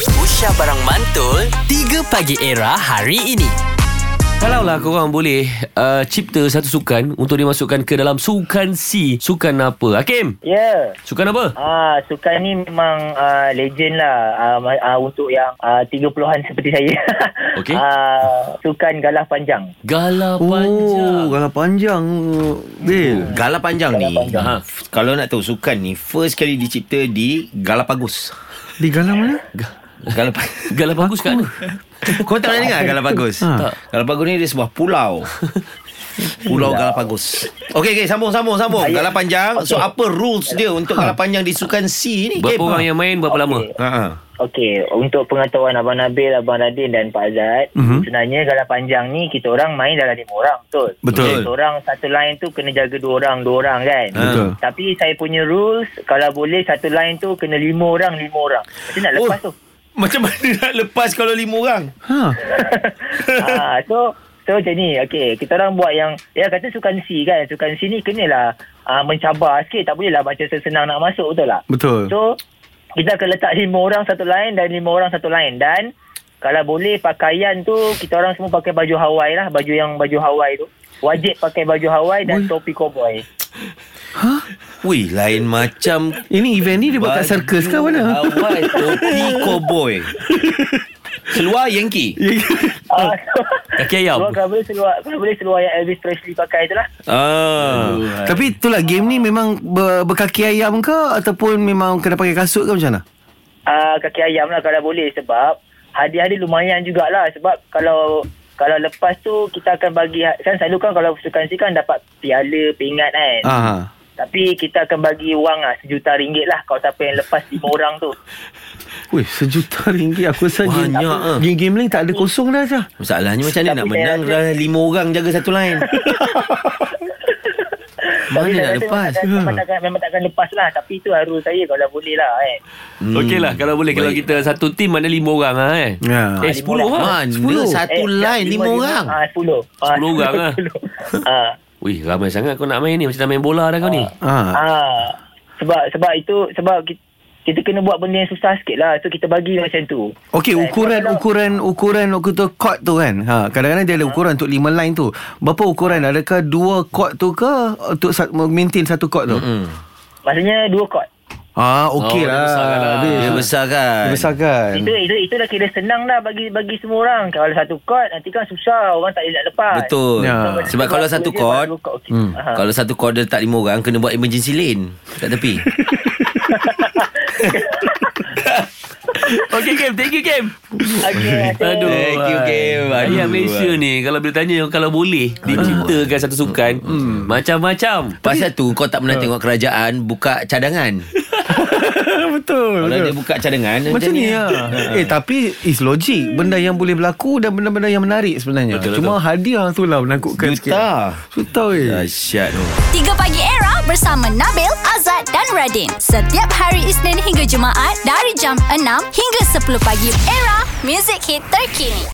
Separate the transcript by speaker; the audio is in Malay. Speaker 1: Syah Barang Mantul 3 Pagi Era hari ini
Speaker 2: Kalaulah korang boleh uh, cipta satu sukan untuk dimasukkan ke dalam sukan C, sukan apa? Hakim,
Speaker 3: Ya.
Speaker 2: sukan apa?
Speaker 3: Ah, sukan ni memang ah, legend lah ah, ma- ah, untuk yang ah, 30-an seperti saya.
Speaker 2: Okey.
Speaker 3: ah, sukan galah panjang.
Speaker 2: Galah
Speaker 4: Oh,
Speaker 2: panjang.
Speaker 4: galah panjang. Bil.
Speaker 5: Hmm. Gala panjang
Speaker 3: Gala
Speaker 5: ni
Speaker 3: panjang.
Speaker 5: Ha, f- Kalau nak tahu sukan ni First kali dicipta di Galapagos
Speaker 4: Di galah mana?
Speaker 5: Galapagos
Speaker 2: Galah bagus kan? kat mana?
Speaker 5: Kau tak pernah dengar Galapagos
Speaker 4: Ha.
Speaker 5: ha. Galapagos ni dia sebuah pulau Pulau Galapagos Okey okay, sambung sambung sambung Gala panjang So apa rules dia Untuk
Speaker 3: Ha.
Speaker 5: gala panjang di Sukan C ni
Speaker 2: Berapa orang yang main, berapa lama?
Speaker 3: Okey.
Speaker 5: ha. ha.
Speaker 3: Okey, untuk pengetahuan Abang Nabil, Abang Radin dan Pak Azad, sebenarnya galah panjang ni kita orang main dalam lima orang, betul?
Speaker 4: Betul.
Speaker 3: Kita orang satu line tu kena jaga dua orang, dua orang kan?
Speaker 5: Ha.
Speaker 4: Betul.
Speaker 3: Tapi saya punya rules, kalau boleh satu line tu kena lima orang, lima orang. Macam nak lepas tu?
Speaker 5: Macam mana nak lepas Kalau lima orang
Speaker 4: Ha.
Speaker 3: ah, so so macam ni okey kita orang buat yang dia kata sukan C kan sukan C ni kenalah ah, mencabar sikit tak boleh lah macam senang nak masuk betul tak
Speaker 4: Betul.
Speaker 3: so kita akan letak lima orang satu line dan lima orang satu line dan kalau boleh pakaian tu kita orang semua pakai baju Hawaii lah baju yang baju Hawaii tu wajib pakai baju Hawaii dan topi cowboy
Speaker 5: Wih lain macam
Speaker 4: Ini event ni dia buat kat
Speaker 5: Baju
Speaker 4: circus ke mana?
Speaker 5: Hawaii Topi cowboy Keluar Yankee
Speaker 3: ah,
Speaker 2: Kaki ayam.
Speaker 3: Seluar, kalau boleh seluar kalau boleh seluar yang Elvis Presley pakai tu lah
Speaker 5: Ah.
Speaker 4: Tapi itulah game ni memang ber, berkaki ayam ke ataupun memang kena pakai kasut ke macam mana?
Speaker 3: uh, kaki ayam lah kalau boleh sebab hadiah dia lumayan jugalah sebab kalau kalau lepas tu kita akan bagi kan selalu kan kalau sukan si kan dapat piala pingat kan
Speaker 4: Ha.
Speaker 3: ah.
Speaker 4: ha.
Speaker 3: tapi kita akan bagi wang lah sejuta ringgit lah kalau siapa yang lepas lima orang tu
Speaker 4: Wih, sejuta ringgit aku rasa game,
Speaker 5: Banyak, ah.
Speaker 4: game game lain tak ada kosong dah Syah.
Speaker 5: Masalahnya macam mana
Speaker 3: Tapi
Speaker 5: nak
Speaker 3: saya
Speaker 5: menang
Speaker 3: rasa-
Speaker 5: dah lima orang jaga satu lain.
Speaker 3: Tapi
Speaker 5: Mana
Speaker 3: saya
Speaker 5: nak
Speaker 3: rasa memang,
Speaker 5: lepas?
Speaker 3: takkan- memang, takkan, memang takkan lepas lah tapi itu harus saya kalau boleh lah kan
Speaker 5: Hmm.
Speaker 2: Okey lah, kalau boleh. Kalau
Speaker 5: Baik.
Speaker 2: kita satu tim ada lima orang lah eh.
Speaker 4: Ya.
Speaker 1: Ah,
Speaker 2: Eh, sepuluh lah.
Speaker 5: Mana
Speaker 4: Sepuluh.
Speaker 5: satu line Eh, lima orang.
Speaker 3: Eh, ah, sepuluh Ah,
Speaker 2: Sepuluh orang lah.
Speaker 3: sepuluh. ah.
Speaker 2: Wih, ramai sangat kau nak main ni. Macam nak main bola dah kau ni.
Speaker 4: Ha.
Speaker 3: Ah, sebab sebab itu sebab kita, kita kena buat benda yang susah sikit lah. So kita bagi macam tu.
Speaker 4: Okey, ukuran ukuran ukuran waktu tu court tu kan. Ha, kadang-kadang dia ada ukuran untuk lima line tu. Berapa ukuran? Adakah dua court tu ke untuk sa- maintain satu court tu?
Speaker 5: Hmm.
Speaker 3: Maksudnya dua kot.
Speaker 4: Ah, okey
Speaker 2: Oh, dia
Speaker 4: lah.
Speaker 2: besarkan lah.
Speaker 4: Habis.
Speaker 5: Dia besar kan?
Speaker 4: Dia besar kan.
Speaker 3: Itu itu itu dah kira senang dah bagi bagi semua orang. Kalau satu kot nanti kan susah orang tak boleh nak lepas.
Speaker 5: Betul.
Speaker 4: Ya.
Speaker 3: So,
Speaker 5: Sebab
Speaker 3: kita
Speaker 5: kalau
Speaker 3: buat
Speaker 5: satu
Speaker 3: dua je, buat
Speaker 5: chord, hmm.
Speaker 3: dua chord, okey. Aha.
Speaker 5: kalau satu chord dia letak lima orang, kena buat emergency lane. Kat tepi.
Speaker 2: Okey, game. Thank you, game.
Speaker 3: Okey, asyik.
Speaker 2: Aduh.
Speaker 5: Thank you, Kim. Aduh.
Speaker 2: Ayah Malaysia ni, kalau boleh tanya, kalau boleh, Hmm. diciptakan satu sukan. Macam-macam.
Speaker 5: Pasal tu kau tak pernah
Speaker 4: Ha.
Speaker 5: tengok kerajaan buka cadangan.
Speaker 4: betul.
Speaker 5: Kalau
Speaker 4: betul.
Speaker 5: dia buka cadangan
Speaker 4: Macam ni
Speaker 5: ah.
Speaker 4: lah. eh, tapi it's logic. Benda yang boleh berlaku dan benda-benda yang menarik sebenarnya. Betul, Cuma betul. hadiah tu lah menakutkan
Speaker 5: Juta. Ya,
Speaker 4: sikit. Juta. Juta,
Speaker 5: Dahsyat tu.
Speaker 6: 3 Pagi Era bersama Nabil, Azad dan Radin. Setiap hari Isnin hingga Jumaat dari jam 6 hingga 10 pagi. Era, music hit terkini.